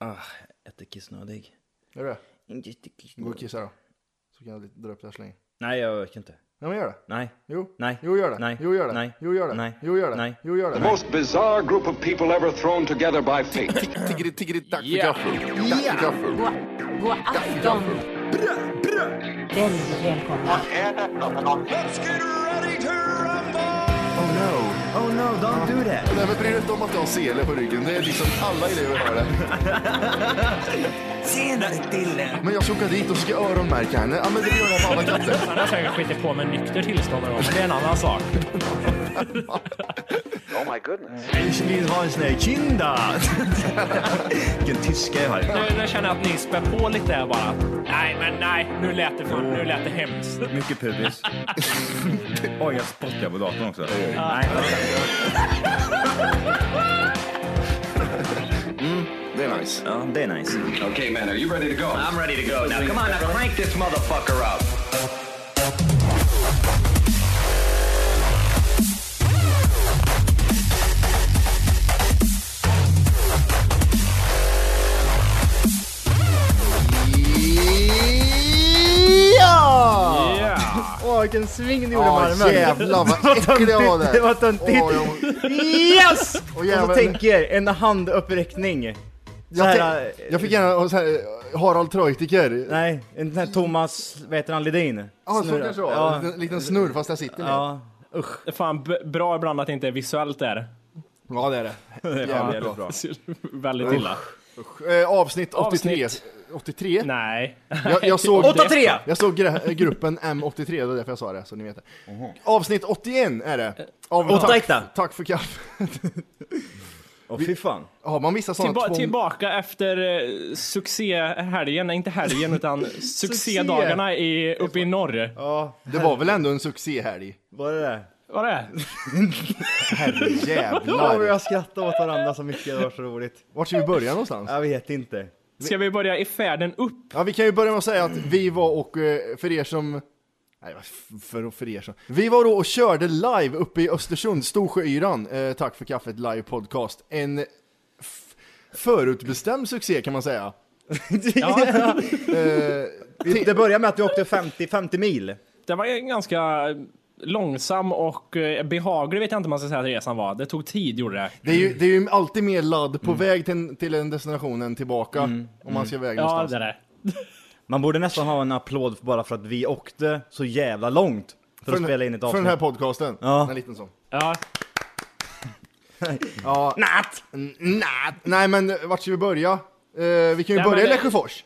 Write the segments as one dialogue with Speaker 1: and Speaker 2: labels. Speaker 1: Ah, jättekissnödig.
Speaker 2: Gör det? Gå och
Speaker 1: Jättekissnödig.
Speaker 2: kissa då. Så kan jag lite- dra upp det här så länge.
Speaker 1: Nej, jag orkar inte.
Speaker 2: Nej men gör det.
Speaker 1: Nej.
Speaker 2: Jo.
Speaker 1: Nej.
Speaker 2: Jo gör det.
Speaker 1: Nej.
Speaker 2: Jo gör det.
Speaker 1: Nej.
Speaker 2: Jo gör det.
Speaker 1: Nej.
Speaker 2: Jo gör det.
Speaker 1: Nej.
Speaker 2: Jo gör
Speaker 3: The
Speaker 2: det.
Speaker 3: most bizarre group of people ever thrown together by fate.
Speaker 2: Tiggeri, tiggeri, tack för gaffel. Tack för gaffel.
Speaker 4: God, god afton! Väldigt välkomna.
Speaker 2: Oh no.
Speaker 1: Oh no, don't do that!
Speaker 2: Nej men bry dig inte om att du har sele på ryggen. Det är liksom alla elever har det.
Speaker 1: Senare Dille!
Speaker 2: Men jag ska åka dit och ska öronmärka henne. Ja men det gör jag på alla katter.
Speaker 5: Han har säkert skitit på med nykter tillstånd och det är en annan sak.
Speaker 1: Ich vill ha en sån här kinda! Vilken tyska jag har.
Speaker 5: Nu, nu känner jag att ni spär på lite här bara. Nej, men nej, nu lät det, för, nu lät det hemskt.
Speaker 1: Mycket pubis. Oj, jag spottar på datorn också. Nej.
Speaker 2: Det är nice.
Speaker 1: Mm. Ja, det är nice.
Speaker 3: Okay, man, are you ready to go?
Speaker 6: I'm ready to go. Now, come on, now crank this motherfucker up.
Speaker 2: Ja!
Speaker 5: Ja.
Speaker 7: Åh, vilken sving du gjorde med
Speaker 2: Ja
Speaker 7: armen.
Speaker 2: jävlar vad äcklig jag var där.
Speaker 7: Det var töntigt.
Speaker 2: Åh, jag-
Speaker 7: Yes! Och, så
Speaker 2: jäveln.
Speaker 7: tänk er, en handuppräckning. Så
Speaker 2: Jag,
Speaker 7: här,
Speaker 2: tänk- jag fick gärna ha så här, Harald Treutiger.
Speaker 7: Nej, en sån här Thomas, vad heter han, Ledin?
Speaker 2: Ja, så
Speaker 7: Snurra.
Speaker 2: kanske det var. En
Speaker 7: Ja,
Speaker 2: liten, liten snurr fast jag sitter ner.
Speaker 7: ja, usch.
Speaker 5: Det är Fan, b- bra ibland att det inte är visuellt där.
Speaker 2: Ja, det är det. Jävligt bra.
Speaker 5: Det ser Väldigt illa.
Speaker 2: Eh, Avsnitt 83.
Speaker 5: Avsnitt.
Speaker 2: 83?
Speaker 5: Nej.
Speaker 2: Jag, jag såg...
Speaker 7: 8-3!
Speaker 2: Jag såg gra- gruppen M83, det var därför jag sa det, så ni vet det. Avsnitt 81 är det. Av
Speaker 7: Åtta
Speaker 2: tack,
Speaker 7: äkta.
Speaker 2: tack för kaffet.
Speaker 1: Åh, fy fan.
Speaker 2: Har man vissa sådana
Speaker 5: Tillba-
Speaker 2: tvång...
Speaker 5: tillbaka efter eh, succéhelgen, nej, inte helgen utan succédagarna i, uppe i norr.
Speaker 2: Det var väl ändå en succéhelg?
Speaker 7: Var det det?
Speaker 5: Var det?
Speaker 7: Åh, vi
Speaker 2: Herrejävlar!
Speaker 7: har skrattat åt varandra så mycket, det var så roligt.
Speaker 2: Vart ska vi börja någonstans?
Speaker 7: Jag vet inte.
Speaker 5: Ska vi börja i färden upp?
Speaker 2: Ja, vi kan ju börja med att säga att vi var och, eh, för er som... Nej, vad f- för, för er som... Vi var då och körde live uppe i Östersund, Storsjöyran, eh, Tack för kaffet live podcast. En f- förutbestämd succé kan man säga. Eh,
Speaker 7: Vi- Det började med att vi åkte 50, 50 mil.
Speaker 5: Det var en ganska långsam och eh, behaglig vet jag inte om man ska säga att resan var. Det tog tid gjorde det.
Speaker 2: Det är ju, det är ju alltid mer ladd
Speaker 7: Mm.
Speaker 2: på väg till en, till en destination än tillbaka om man ska iväg
Speaker 5: Ja,
Speaker 2: någonstans.
Speaker 5: det där.
Speaker 7: Man borde nästan ha en applåd för- bara för att vi åkte så jävla långt för, att
Speaker 2: den-
Speaker 7: spela in ett
Speaker 2: för
Speaker 7: avsnitt.
Speaker 2: den här podcasten.
Speaker 7: Ja.
Speaker 2: En liten sån.
Speaker 5: Ja,
Speaker 2: Ja.
Speaker 7: Natt!
Speaker 2: n- Nej. Nej men vart ska vi börja? Eh, vi kan ju
Speaker 5: Nej,
Speaker 2: börja i
Speaker 5: men-
Speaker 2: Lesjöfors.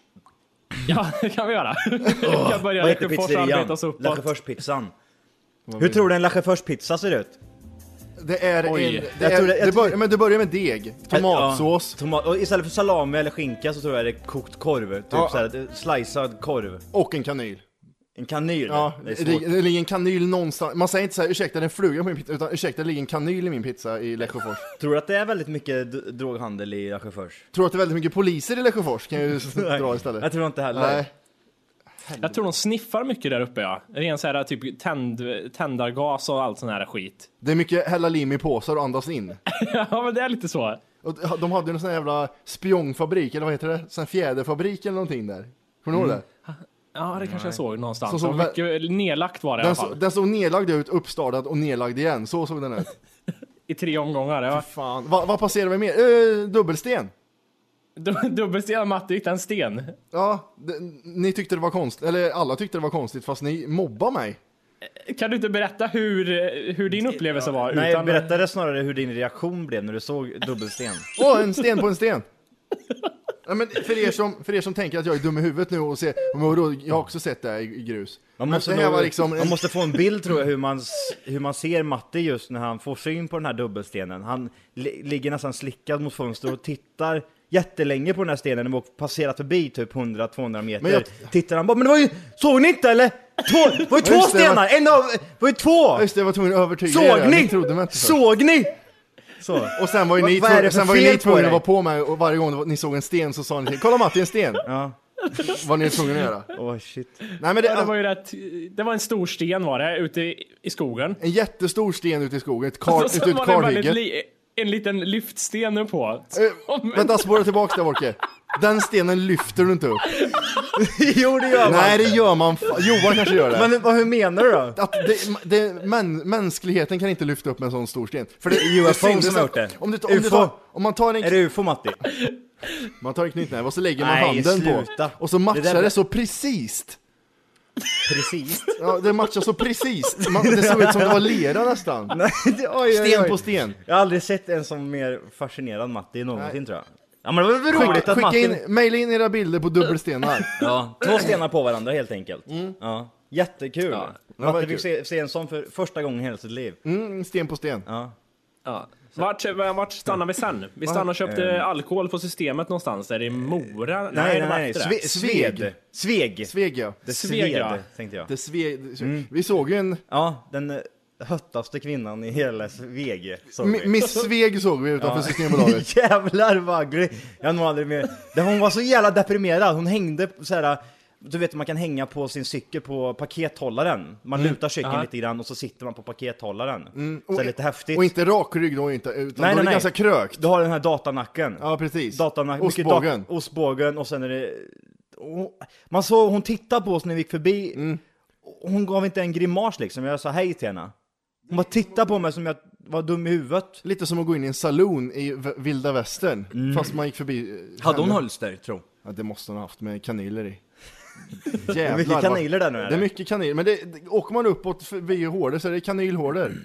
Speaker 5: ja det kan vi göra. vi kan börja
Speaker 7: Vad heter
Speaker 5: Lesjöfors och arbeta
Speaker 7: pizzerian?
Speaker 5: oss uppåt.
Speaker 7: Lacheforspizzan. Hur tror du en Lacheforspizza ser ut?
Speaker 2: Det är
Speaker 5: Oj.
Speaker 2: en... Det,
Speaker 7: Jag
Speaker 2: är,
Speaker 7: tror det-
Speaker 2: det,
Speaker 7: jag tror-
Speaker 2: börjar, men det börjar med deg, tomatsås
Speaker 7: Äh, Ja, tomat, och istället för salami eller skinka så tror jag det är kokt korv. Typ
Speaker 2: Ja.
Speaker 7: såhär, eh, slicead korv.
Speaker 2: och en kanyl.
Speaker 7: En kanyl.
Speaker 2: Ja,
Speaker 7: det är
Speaker 2: det,
Speaker 7: svårt.
Speaker 2: det ligger en kanyl någonstans. Man säger inte så här, ursäkta det är en fluga på min pizza, utan ursäkta det ligger en kanyl i min pizza i Lesjöfors.
Speaker 7: Tror du att det är väldigt mycket d- droghandel i Lacheforspizza?
Speaker 2: tror att det är väldigt mycket poliser i Lesjöfors kan jag ju dra istället.
Speaker 7: Jag tror inte heller.
Speaker 2: Nej.
Speaker 5: Jag tror de sniffar mycket där uppe ja. Ren så här typ tänd, tändargas och allt sån här skit.
Speaker 2: Det är mycket hälla lim i påsar och andas in.
Speaker 5: ja men det är lite så.
Speaker 2: Och de hade ju en sån här jävla spjongfabrik, eller vad heter det? Sån här fjäderfabrik eller någonting där. Kommer
Speaker 7: Mm.
Speaker 2: du ihåg det?
Speaker 5: Ja det kanske jag såg någonstans.
Speaker 2: Så-
Speaker 5: Så,
Speaker 2: så-
Speaker 5: mycket nedlagt var det i alla
Speaker 2: Den, så,
Speaker 5: fall.
Speaker 2: den såg nedlagd ut, uppstartad och nedlagd igen. Så såg den ut.
Speaker 5: I tre omgångar. Ja.
Speaker 2: Fan. Va, vad passerar vi mer? Eh, dubbelsten!
Speaker 5: Du- Dubbelsten matte hittade en sten.
Speaker 2: Ja, det, ni tyckte det var konstigt, eller alla tyckte det var konstigt fast ni mobbar mig.
Speaker 5: Kan du inte berätta hur, hur din upplevelse var?
Speaker 7: Nej,
Speaker 2: eh,
Speaker 7: berätta det snarare hur din reaktion blev när du såg dubbelsten.
Speaker 2: Åh, en sten på en sten! Ja, men för, er som, för er som tänker att jag är dum i huvudet nu och ser, men vadå, jag har också sett det här i, i grus.
Speaker 7: Man
Speaker 2: Men
Speaker 7: måste,
Speaker 2: det här
Speaker 7: nog-
Speaker 2: var liksom en-
Speaker 7: man måste få en bild tror jag hur man, s- hur man ser Matti just när han får syn på den här dubbelstenen. Han li- ligger nästan slickad mot fönstret och tittar jättelänge på den här stenen och passerat förbi typ 100-200 meter.
Speaker 2: Men jag-
Speaker 7: Tittar han bara, men det var ju, såg ni inte eller? Två, det var ju
Speaker 2: Ja,
Speaker 7: två
Speaker 2: just det,
Speaker 7: stenar! En av, det var ju två!
Speaker 2: Ja, Just det, jag var tvungen att övertyga er.
Speaker 7: Såg ni?
Speaker 2: trodde mig inte först.
Speaker 7: Såg ni? Så.
Speaker 2: Och sen var ju ni,
Speaker 7: Vad är det för
Speaker 2: sen var ju
Speaker 7: fel
Speaker 2: ni
Speaker 7: på
Speaker 2: tvungna
Speaker 7: dig?
Speaker 2: att vara på mig och varje gång det var- ni såg en sten så sa ni till Kolla Matti, en sten!
Speaker 7: Ja.
Speaker 2: Var ni tvungna att göra.
Speaker 7: Åh shit.
Speaker 2: Nej men det,
Speaker 5: Ja, det var ju rätt, det var en stor sten var det, ute i, i skogen.
Speaker 2: en jättestor sten ute i skogen, ett kar,
Speaker 5: så
Speaker 2: ute i ett
Speaker 5: var det en, väldigt
Speaker 2: kalhygge.
Speaker 5: li, en liten lyftsten på.
Speaker 2: Eh, Vänta, spåra tillbaks där Wolke. Den stenen lyfter du inte upp.
Speaker 7: jo, det gör man.
Speaker 2: Nej, det gör man fa- Johan kanske gör det.
Speaker 7: Men vad, hur menar du då?
Speaker 2: att det, det, män, mänskligheten kan inte lyfta upp en sån stor sten. För det,
Speaker 7: är UFO
Speaker 2: syndes
Speaker 7: som har
Speaker 2: att-
Speaker 7: gjort det.
Speaker 2: Om, du, tar- om, du
Speaker 7: UFO.
Speaker 2: tar, om man tar en,
Speaker 7: Är det ufo, Matti?
Speaker 2: man tar en knytnäve och så lägger man
Speaker 7: Nej,
Speaker 2: handen
Speaker 7: sluta.
Speaker 2: på och så matchar
Speaker 7: Det
Speaker 2: det,
Speaker 7: där-
Speaker 2: så precis.
Speaker 7: Precis.
Speaker 2: Ja, det matchar så precis. Man, det såg ut som det var lera nästan.
Speaker 7: Nej, det- oj, oj,
Speaker 2: Sten
Speaker 7: oj.
Speaker 2: på sten.
Speaker 7: Jag har aldrig sett en som mer fascinerad Matti någonsin
Speaker 2: Nej.
Speaker 7: tror jag. Ja men det var väl roligt
Speaker 2: Skicka,
Speaker 7: att
Speaker 2: skicka
Speaker 7: Matti...
Speaker 2: in, mejla in era bilder på dubbelstenar.
Speaker 7: Ja, två stenar på varandra helt enkelt. Ja. Jättekul!
Speaker 2: var
Speaker 7: Matti
Speaker 2: kul.
Speaker 7: fick se, se en sån för första gången i hela sitt liv.
Speaker 2: Mm, sten på sten.
Speaker 7: Ja. ehm.
Speaker 5: Ja. Vart, vart stannade vi sen? Vi stannade och köpte alkohol på systemet någonstans. Är det i Mora? Nej,
Speaker 7: Nej,
Speaker 5: det
Speaker 7: nej,
Speaker 5: var
Speaker 7: nej.
Speaker 5: efter
Speaker 7: Sve,
Speaker 5: det.
Speaker 7: sveg. Sveg!
Speaker 2: Sveg ja.
Speaker 7: Det Mm.
Speaker 5: Sveg, ja.
Speaker 7: sved, tänkte jag.
Speaker 2: Det sveg, Vi såg ju en,
Speaker 7: Ja, den eh, höttaste kvinnan i hela Sveg. såg
Speaker 2: Mi-
Speaker 7: vi.
Speaker 2: Miss Sveg såg vi utanför Systembolaget.
Speaker 7: Jävlar vad gry... Jag har nog aldrig mer... Det- Hon var så jävla deprimerad, hon hängde på så här. Du vet man kan hänga på sin cykel på pakethållaren. Man lutar cykeln
Speaker 5: Ja.
Speaker 7: lite grann och så sitter man på pakethållaren. så
Speaker 2: Mm. och-
Speaker 7: här lite häftigt.
Speaker 2: Och inte rakryggd och inte, utan då är det ganska krökt.
Speaker 7: Du har den här datanacken.
Speaker 2: Ja, precis.
Speaker 7: Datanacken. mycket
Speaker 2: Ostbågen.
Speaker 7: Dat ostbågen och sen är det... Hon- Man såg, hon tittade på oss när vi gick förbi.
Speaker 2: Mm.
Speaker 7: Hon gav inte en grimas liksom. Jag sa hej till henne. Hon bara tittade på mig som jag var dum i huvudet.
Speaker 2: Lite som att gå in i en saloon i v- vilda västern,
Speaker 7: Mm.
Speaker 2: fast man gick förbi... eh, henne.
Speaker 7: hölster, tro?
Speaker 2: Ja, det måste hon ha haft med kaniler i. Jävlar,
Speaker 7: är mycket
Speaker 2: vad-
Speaker 7: kaniler där nu, eller?
Speaker 2: Det är mycket kaniler, men det, det, åker man uppåt förbi hårder så är det
Speaker 7: Mm.
Speaker 2: kanylhårder.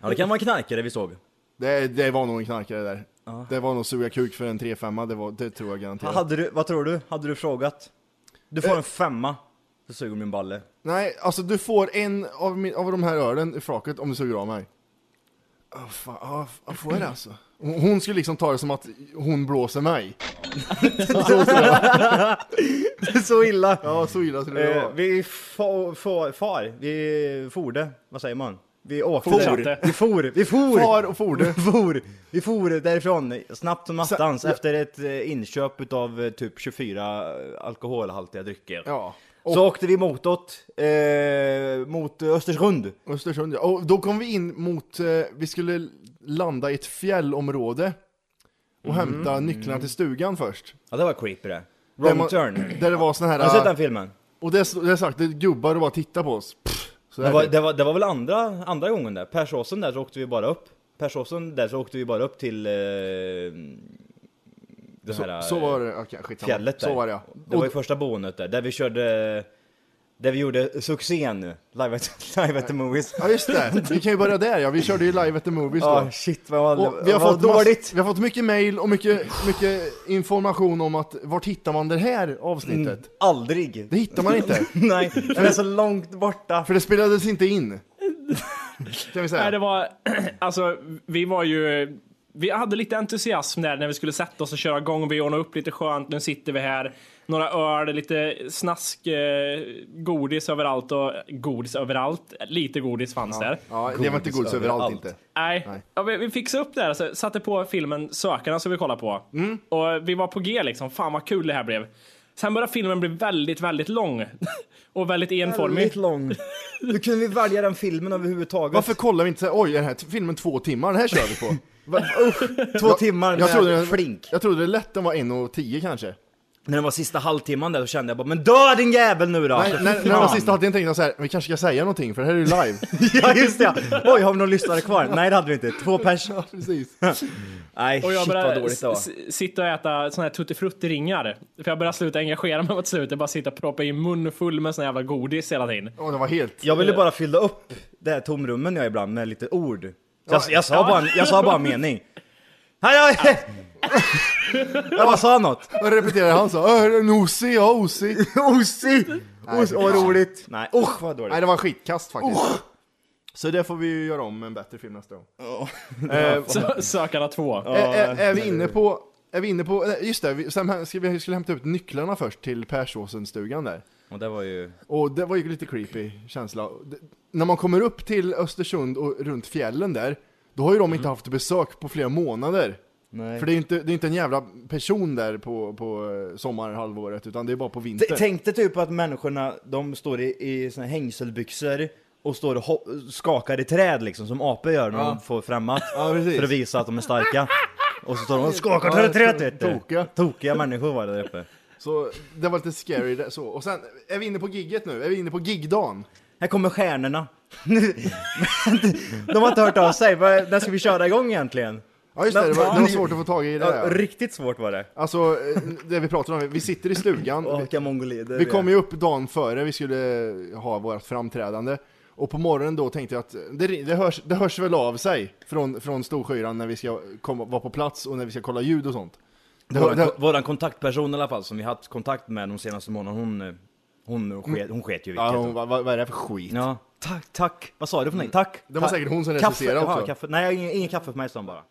Speaker 7: Ja, det kan vara en knarkare vi såg.
Speaker 2: Det, det var nog en knarkare där. Det var nog suga kuk för en 3-5, det, var- det tror jag garanterat.
Speaker 7: Hade du, vad tror du? Hade du frågat? Du får en femma. Du suger min balle.
Speaker 2: Nej, alltså du får en av, min, av de här ölen i fraket om du suger av mig. Oh, fan, ah, f- ah, får jag det alltså? Hon hon skulle liksom ta det som att hon blåser mig.
Speaker 7: Så illa!
Speaker 2: Ja, så illa skulle det
Speaker 7: Eh,
Speaker 2: vara.
Speaker 7: vi fa, fa, far, vi forde, vad säger man? Vi åkte.
Speaker 5: Fortsatte.
Speaker 7: Vi for, vi for!
Speaker 2: Far och forde.
Speaker 7: Vi for, vi for därifrån, snabbt som attans,
Speaker 2: ja.
Speaker 7: efter ett eh, inköp utav eh, typ 24 alkoholhaltiga drycker.
Speaker 2: Ja. Och
Speaker 7: Så åkte vi motåt, eh, mot Östersund.
Speaker 2: Östersund, ja. Och då kom vi in mot, eh, vi skulle landa i ett fjällområde
Speaker 7: Mm.
Speaker 2: och hämta nycklarna till stugan först.
Speaker 7: Ja det var creepy det.
Speaker 2: Där
Speaker 7: Wrong
Speaker 2: man-
Speaker 7: turn.
Speaker 2: Där det var såna här...
Speaker 7: Har du sett den filmen?
Speaker 2: Och det, är- det är sagt, det är gubbar och bara tittar på oss. Pff, så
Speaker 7: Det
Speaker 2: är
Speaker 7: var,
Speaker 2: det.
Speaker 7: det, var, det var väl andra, andra gången där, Persåsen där så åkte vi bara upp. Persåsen där så åkte vi bara upp till... Eh, det här, eh,
Speaker 2: så, så var det, okej skitsamma.
Speaker 7: fjället där.
Speaker 2: Så var det ja.
Speaker 7: Det var ju första boendet där, där vi körde... Där vi gjorde succén, Live at, live at the Movies.
Speaker 2: Ja just det, vi kan ju börja där ja, vi körde ju live at the movies
Speaker 7: Ja,
Speaker 2: då.
Speaker 7: shit vad,
Speaker 2: Och
Speaker 7: vad,
Speaker 2: vi, har fått mass-
Speaker 7: dåligt!
Speaker 2: vi har fått mycket mail och mycket, mycket information om att vart hittar man det här avsnittet?
Speaker 7: Mm. Aldrig!
Speaker 2: Det hittar man inte,
Speaker 7: Nej, den är så långt borta.
Speaker 2: för det spelades inte in. Kan vi säga.
Speaker 5: Nej, det var, alltså, vi var ju, vi hade lite entusiasm där när vi skulle sätta oss och köra igång. Vi ordnade upp lite skönt, nu sitter vi här. Några öl, lite snask, eh, godis överallt och godis överallt. Lite godis fanns där.
Speaker 2: Ja, det var inte godis överallt
Speaker 7: överallt.
Speaker 2: inte.
Speaker 5: Nej,
Speaker 2: Nej.
Speaker 5: Ja, vi, vi fixade upp det här, så satte på filmen Sökarna som vi kollade på.
Speaker 7: Mm.
Speaker 5: Och vi var på G liksom, fan vad kul det här blev. Sen började filmen bli väldigt, väldigt lång. och väldigt enformig.
Speaker 7: Väldigt lång. Hur kunde vi välja den filmen överhuvudtaget?
Speaker 2: Varför kollar vi inte såhär, oj är den här t- filmen två timmar, den här kör vi på. Va-
Speaker 7: Två timmar
Speaker 2: jag, trodde
Speaker 7: med
Speaker 2: den,
Speaker 7: flink.
Speaker 2: jag trodde det lätt den var en och tio kanske.
Speaker 7: När det var sista halvtimman där så kände jag bara Men dö din jävel nu då!
Speaker 2: Nej,
Speaker 7: För
Speaker 2: när, när det var
Speaker 7: fan.
Speaker 2: sista hade jag tänkt såhär, vi kanske ska säga någonting för det här är ju live.
Speaker 7: ja just det! Oj, har vi någon lyssnare kvar? Nej det hade vi inte, två pers.
Speaker 2: Precis.
Speaker 7: Nej
Speaker 5: Och jag
Speaker 7: shit vad
Speaker 5: började
Speaker 7: dåligt det var.
Speaker 5: s- s- sitta och äta såna här tuttifrutti-ringar. För jag började sluta engagera mig mot slutet. Bara sitta och proppa i mun full med sån jävla godis hela tiden.
Speaker 2: Och det var helt...
Speaker 7: Jag ville bara fylla upp det här tomrummen jag ibland med lite ord. Så jag, jag, sa, bara en, jag sa bara en mening. Hej, hej. Jag bara sa något.
Speaker 2: Vad repeterade han så? "Ö, är det en osi, ja osi.
Speaker 7: Osi! Os,
Speaker 2: fy
Speaker 7: vad
Speaker 2: fan.
Speaker 7: roligt! Nej usch vad dåligt.
Speaker 2: Nej, det var skitkast faktiskt. Så det får vi ju göra om med en bättre film nästa gång. Eh,
Speaker 5: Så, sökarna två.
Speaker 2: är, är, är vi inne på... Är vi inne på... nej, Just det, vi, sen här ska, vi skulle hämta ut nycklarna först till Persåsen-stugan där.
Speaker 7: Och det var ju...
Speaker 2: Och det var ju lite creepy känsla. Det, när man kommer upp till Östersund och runt fjällen där, då har ju de inte haft besök på flera månader.
Speaker 7: Mm. Nej.
Speaker 2: För det är ju inte, det är inte en jävla person där på, på eh, sommarhalvåret, utan det är bara på
Speaker 7: T-
Speaker 2: vintern.
Speaker 7: Tänk dig typ att människorna, de står i, i såna här hängselbyxor och står och hop- skakar i träd liksom som apor gör när de får framåt.
Speaker 2: Ja, precis.
Speaker 7: För att visa att de är starka. Och så står de och skakar till reträtt vet du.
Speaker 2: Tokiga.
Speaker 7: Tokiga människor var det där uppe.
Speaker 2: Så det var lite scary där, så. Och sen är vi inne på gigget nu, är vi inne på gigdagen?
Speaker 7: Här kommer stjärnorna. de har inte hört av sig. Vad- När ska vi köra igång egentligen?
Speaker 2: Ja just det, det var, det var svårt att få tag i det
Speaker 7: Ja,
Speaker 2: där. ja.
Speaker 7: riktigt svårt var det.
Speaker 2: Alltså eh, det vi pratade om, vi sitter i stugan,
Speaker 7: Åh,
Speaker 2: vi-
Speaker 7: vilka mongolider
Speaker 2: Vi
Speaker 7: är.
Speaker 2: kom ju upp dagen före vi skulle ha vårt framträdande Och på morgonen då tänkte jag att det, det, hörs, det hörs väl av sig från, från Storskyran när vi ska komma, vara på plats och när vi ska kolla ljud och sånt det, hör-
Speaker 7: Våran,
Speaker 2: det,
Speaker 7: våran kontaktperson i alla fall som vi haft kontakt med de senaste månaderna, hon, hon, hon, sket, hon sket ju i
Speaker 2: ja,
Speaker 7: vilket.
Speaker 2: hon, vad, vad är det här för skit?
Speaker 7: Ja. Tack, tack. Vad sa du för någonting? Tack.
Speaker 2: Det var
Speaker 7: tack.
Speaker 2: säkert hon som
Speaker 7: Kaffe.
Speaker 2: recenserade
Speaker 7: Jaha,
Speaker 2: också.
Speaker 7: Kaffe. Nej, ingen, ingen kaffe för mig sa hon bara.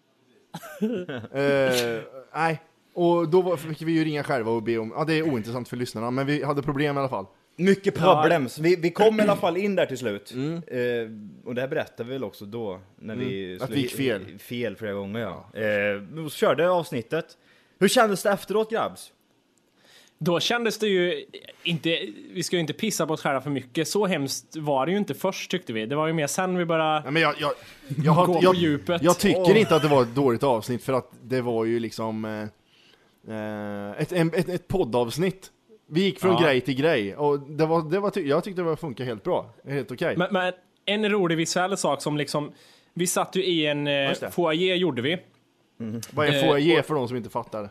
Speaker 2: Eh, nej, och då var- fick vi ju ringa själva och be om, ja det är ointressant för lyssnarna men vi hade problem i alla fall
Speaker 7: Mycket problems. Vi, vi kom i alla fall in där till slut.
Speaker 2: Mm.
Speaker 7: Eh, och det här berättade vi väl också då. När vi
Speaker 2: Mm. Att vi gick fel.
Speaker 7: Fel flera gånger ja. Eh, och så körde avsnittet. Hur kändes det efteråt grabbs?
Speaker 5: Då kändes det ju inte, vi ska ju inte pissa på oss själva för mycket, så hemskt var det ju inte först tyckte vi. Det var ju mer sen vi började
Speaker 2: Nej, men jag, jag, jag, har-
Speaker 5: Gå på
Speaker 2: jag,
Speaker 5: djupet.
Speaker 2: jag tycker
Speaker 5: Åh.
Speaker 2: inte att det var ett dåligt avsnitt för att det var ju liksom eh, eh, ett, en, ett, ett poddavsnitt. Vi gick från
Speaker 5: Ja.
Speaker 2: grej till grej och det var, det var ty- jag tyckte det var funkar helt bra. Helt okej.
Speaker 5: Men, men en rolig visuell sak som liksom, vi satt ju i en eh,
Speaker 2: just det.
Speaker 5: foyer gjorde vi.
Speaker 2: Vad är
Speaker 5: eh,
Speaker 2: foyer för de som inte fattar?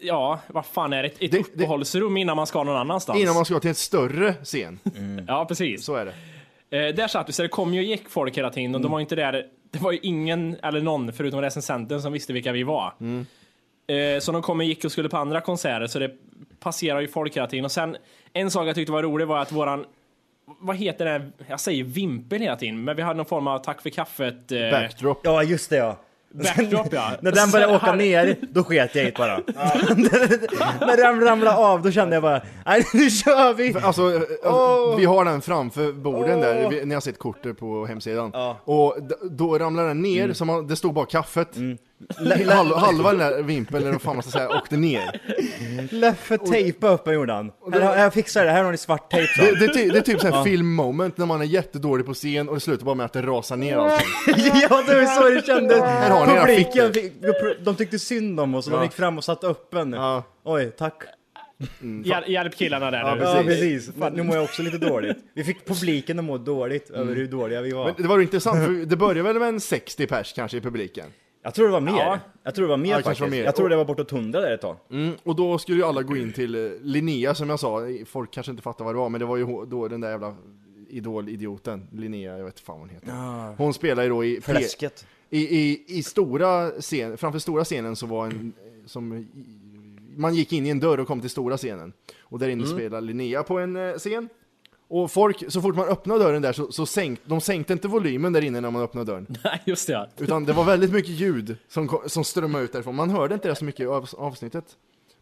Speaker 5: Ja, vad fan är det? Ett, ett
Speaker 2: Det- det-
Speaker 5: uppehållsrum innan man ska någon annanstans.
Speaker 2: Innan man ska till en större scen.
Speaker 5: Ja, precis.
Speaker 2: Så Mm. är det.
Speaker 5: Eh, där satt vi, så det kom ju och gick folk hela tiden och de var ju inte där, det var ju ingen eller någon förutom recensenten som visste vilka vi var.
Speaker 2: Mm.
Speaker 5: Eh, så de kom och gick och skulle på andra konserter så det passerar ju folk hela tiden. Och sen en sak jag tyckte var rolig var att våran, vad heter det, här? jag säger vimpel hela tiden, men vi hade någon form av tack för kaffet eh,
Speaker 2: Backdrop.
Speaker 7: Ja just det ja.
Speaker 5: backdrop ja.
Speaker 7: När den började
Speaker 5: Så
Speaker 7: åka
Speaker 5: här-
Speaker 7: ner, då sket jag i det bara. När den ramlade av, då kände jag bara, nej nu kör vi!
Speaker 2: Alltså, eh, alltså, vi har den framför borden där, vi, ni har sett kortet på hemsidan.
Speaker 7: Ja.
Speaker 2: Och d- då ramlar den ner,
Speaker 5: Mm.
Speaker 2: så man, det stod bara kaffet. Hal, halva den där vimpeln, eller vad fan man ska säga, åkte ner.
Speaker 7: Leffe tejpade upp mig gjorde han. Här, har- jag fixar det, här har ni svart tejp sa
Speaker 2: Det,
Speaker 7: han.
Speaker 2: det, är ty- det är typ såhär film moment när man är jättedålig på scen och det slutar bara med att det rasar ner allting.
Speaker 7: Ja det var så det kändes!
Speaker 2: Här har ni era
Speaker 7: Publiken, fick, de tyckte synd om oss och
Speaker 2: Ja.
Speaker 7: de gick fram och satte upp en.
Speaker 2: Ja.
Speaker 7: Oj, tack.
Speaker 5: Hjäl- Hjälp killarna där nu.
Speaker 2: precis.
Speaker 7: Ja precis, Fan, nu mår jag också lite dåligt. Vi fick publiken att må dåligt över hur dåliga vi var.
Speaker 2: Mm. Men det var ju intressant, för det började väl med en 60 pers kanske i publiken?
Speaker 7: jag tror det var mer.
Speaker 5: Ja.
Speaker 7: Jag tror det var mer
Speaker 2: Ja, det kanske
Speaker 7: faktiskt.
Speaker 2: var mer.
Speaker 7: Jag tror det var bortåt 100 där ett tag.
Speaker 2: Mm, och då skulle ju alla gå in till eh, Linnea som jag sa, folk kanske inte fattar vad det var, men det var ju ho- då den där jävla idol-idioten, Linnea, jag vet inte fan vad hon heter. Hon spelar ju då i...
Speaker 7: Fläsket.
Speaker 2: I, i, i stora scen, framför stora scenen så var en, som, i- man gick in i en dörr och kom till stora scenen. Och där
Speaker 7: Mm.
Speaker 2: inne spelade Linnea på en eh, scen. Och folk, så fort man öppnade dörren där så, så sänkte de sänkte inte volymen där inne när man öppnade dörren.
Speaker 5: Nej, just det. ja.
Speaker 2: Utan det var väldigt mycket ljud som, kom- som strömmade ut därifrån. Man hörde inte det så mycket i av, avsnittet.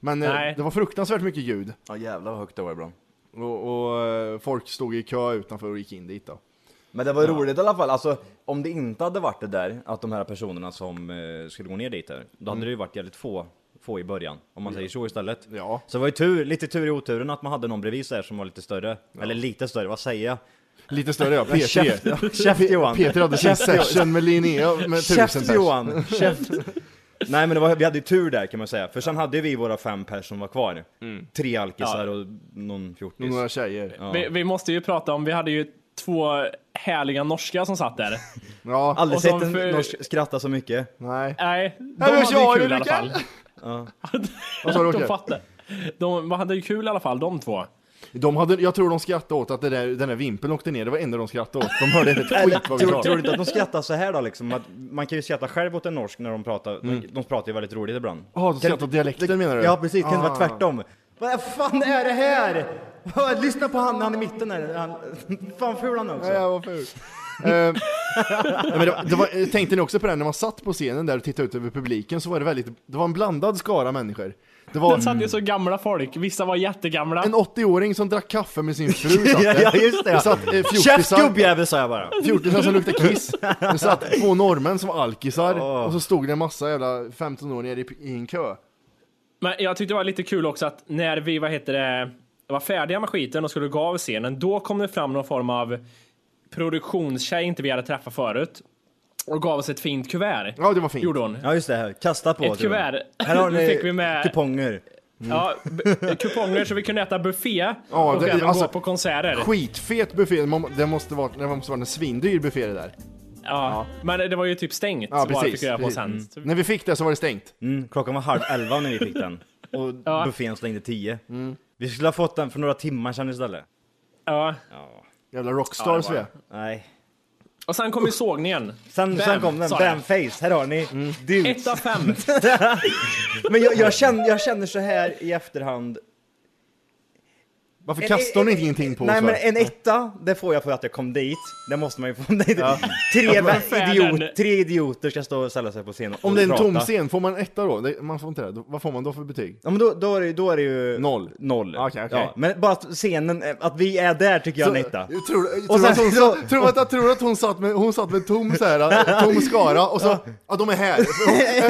Speaker 2: Men eh,
Speaker 5: Nej.
Speaker 2: det var fruktansvärt mycket ljud.
Speaker 7: Ja jävlar vad högt det var ibland.
Speaker 2: Och, och eh, folk stod i kö utanför och gick in dit då.
Speaker 7: Men det var roligt i alla fall, alltså om det inte hade varit det där att de här personerna som eh, skulle gå ner dit där, då
Speaker 2: Mm.
Speaker 7: hade det ju varit jävligt få, få i början, om man säger så istället.
Speaker 2: Ja.
Speaker 7: Så det var ju tur, lite tur i oturen att man hade någon bredvid sig här som var lite större, eller lite större, vad säger jag?
Speaker 2: Lite större ja, P3.
Speaker 7: Käft, käft Johan!
Speaker 2: Peter hade sin
Speaker 7: Käft, Johan.
Speaker 2: session med Linnea med tusen
Speaker 7: Käft
Speaker 2: pers.
Speaker 7: Johan! Käft! Nej men det var, vi hade ju tur där kan man säga, för sen hade ju vi våra fem pers som var kvar. Tre alkisar och någon fjortis.
Speaker 2: Mm. Några tjejer. Ja.
Speaker 5: Vi, vi måste ju prata om, vi hade ju två härliga norskar som satt där.
Speaker 7: Aldrig Äh,
Speaker 5: Och som
Speaker 7: sett en
Speaker 5: för-
Speaker 7: norsk skratta så mycket.
Speaker 2: nej.
Speaker 5: Nej, de
Speaker 2: men
Speaker 5: hade
Speaker 2: jag
Speaker 5: ju
Speaker 2: är
Speaker 5: kul i alla
Speaker 2: lyckad.
Speaker 5: fall.
Speaker 2: Vad sa du
Speaker 5: De
Speaker 2: Åke?
Speaker 5: fattar. De hade ju kul i alla fall, de två.
Speaker 2: De hade, jag tror de skrattade åt att det där, den där vimpeln åkte ner, det var det enda de skrattade åt. De hörde inte ett skit vad vi
Speaker 7: Tror,
Speaker 2: sa.
Speaker 7: tror du inte att de skrattar så här då liksom? Att man kan ju skratta själv åt en norsk när de pratar, de, de pratar ju väldigt roligt ibland.
Speaker 2: Jaha, Mm. de skrattade åt dialekten menar du?
Speaker 7: Ja precis, kan det
Speaker 2: Ah.
Speaker 7: vara tvärtom? Vad fan är det här? Lyssna på han, han i mitten här. Han, fan ful han är också.
Speaker 2: Ja, vad fult. Ehm, nej, men det, var- det var, tänkte ni också på det här, när man satt på scenen där och tittade ut över publiken så var det väldigt, det var en blandad skara människor. Det var
Speaker 5: Det satt ju så gamla folk, vissa var jättegamla.
Speaker 2: en 80-åring som drack kaffe med sin fru satt
Speaker 7: Ja,
Speaker 2: där.
Speaker 7: ja just det.
Speaker 2: Det
Speaker 7: ja.
Speaker 2: satt eh,
Speaker 7: Käft
Speaker 2: fjortisar
Speaker 7: gubbjävel sa jag bara.
Speaker 2: Fjortisar som luktar kiss. Det satt två norrmän som var alkisar och så stod det en massa jävla 15-åringar i, i en kö.
Speaker 5: Men jag tyckte det var lite kul också att när vi, vad heter det, var färdiga med skiten och skulle gå av scenen, då kom det fram någon form av produktionstjej inte vi hade träffat förut. och gav oss ett fint kuvert.
Speaker 2: Ja, det var fint.
Speaker 5: Gjorde hon.
Speaker 7: Ja just det, här. kasta på.
Speaker 5: Ett
Speaker 7: tror jag.
Speaker 5: kuvert.
Speaker 7: Här har
Speaker 5: Nu
Speaker 7: ni
Speaker 5: fick vi med-
Speaker 7: kuponger.
Speaker 5: Ja, b- kuponger så vi kunde äta buffé
Speaker 2: Mm. Ja,
Speaker 5: och
Speaker 2: det-
Speaker 5: även
Speaker 2: alltså-
Speaker 5: gå på konserter.
Speaker 2: Skitfet buffé, Man- det måste vara, det måste vara en svindyr buffé det där.
Speaker 5: Ja, men det var ju typ stängt
Speaker 2: Ja,
Speaker 5: bara
Speaker 2: precis.
Speaker 5: fick jag reda på
Speaker 2: precis.
Speaker 5: sen.
Speaker 2: Mm. När vi fick det så var det stängt.
Speaker 7: Mm, klockan var halv elva när vi fick den. Och buffén slängde tio.
Speaker 2: Mm.
Speaker 7: Vi skulle ha fått den för några timmar sedan istället.
Speaker 5: Ja.
Speaker 2: Jävla rockstars vi är.
Speaker 7: Nej.
Speaker 5: Och sen kom ju sågningen.
Speaker 2: Mm.
Speaker 7: Sen,
Speaker 5: Bam,
Speaker 7: sen kom den,
Speaker 5: sa jag.
Speaker 7: Bamface, här har ni. Dude.
Speaker 5: Ett av fem.
Speaker 7: Men jag, jag, känner, jag känner så här i efterhand.
Speaker 2: Varför kastar hon inte ingenting på
Speaker 7: Nej
Speaker 2: oss?
Speaker 7: men
Speaker 2: va?
Speaker 7: en etta, det får jag för att jag kom dit. Det måste man ju få. Det är- tre,
Speaker 5: Världen.
Speaker 7: idiot, tre idioter ska stå och ställa sig på scen och
Speaker 2: Om det är en
Speaker 7: prata.
Speaker 2: tom scen, får man etta då? Det, man får inte det. Då- Vad får man då för betyg?
Speaker 7: Ja men då, då, är det, då är det ju...
Speaker 2: Noll.
Speaker 7: Noll.
Speaker 2: Okej, okej.
Speaker 7: Ja, men bara att scenen, eh, att vi är där tycker jag är en etta.
Speaker 2: Jag tror, jag tror,
Speaker 7: Och sen-
Speaker 2: att hon, sa- tror, att, jag tror att hon satt med, hon satt med tom, så här, eh, tom skara och så, ja de är här.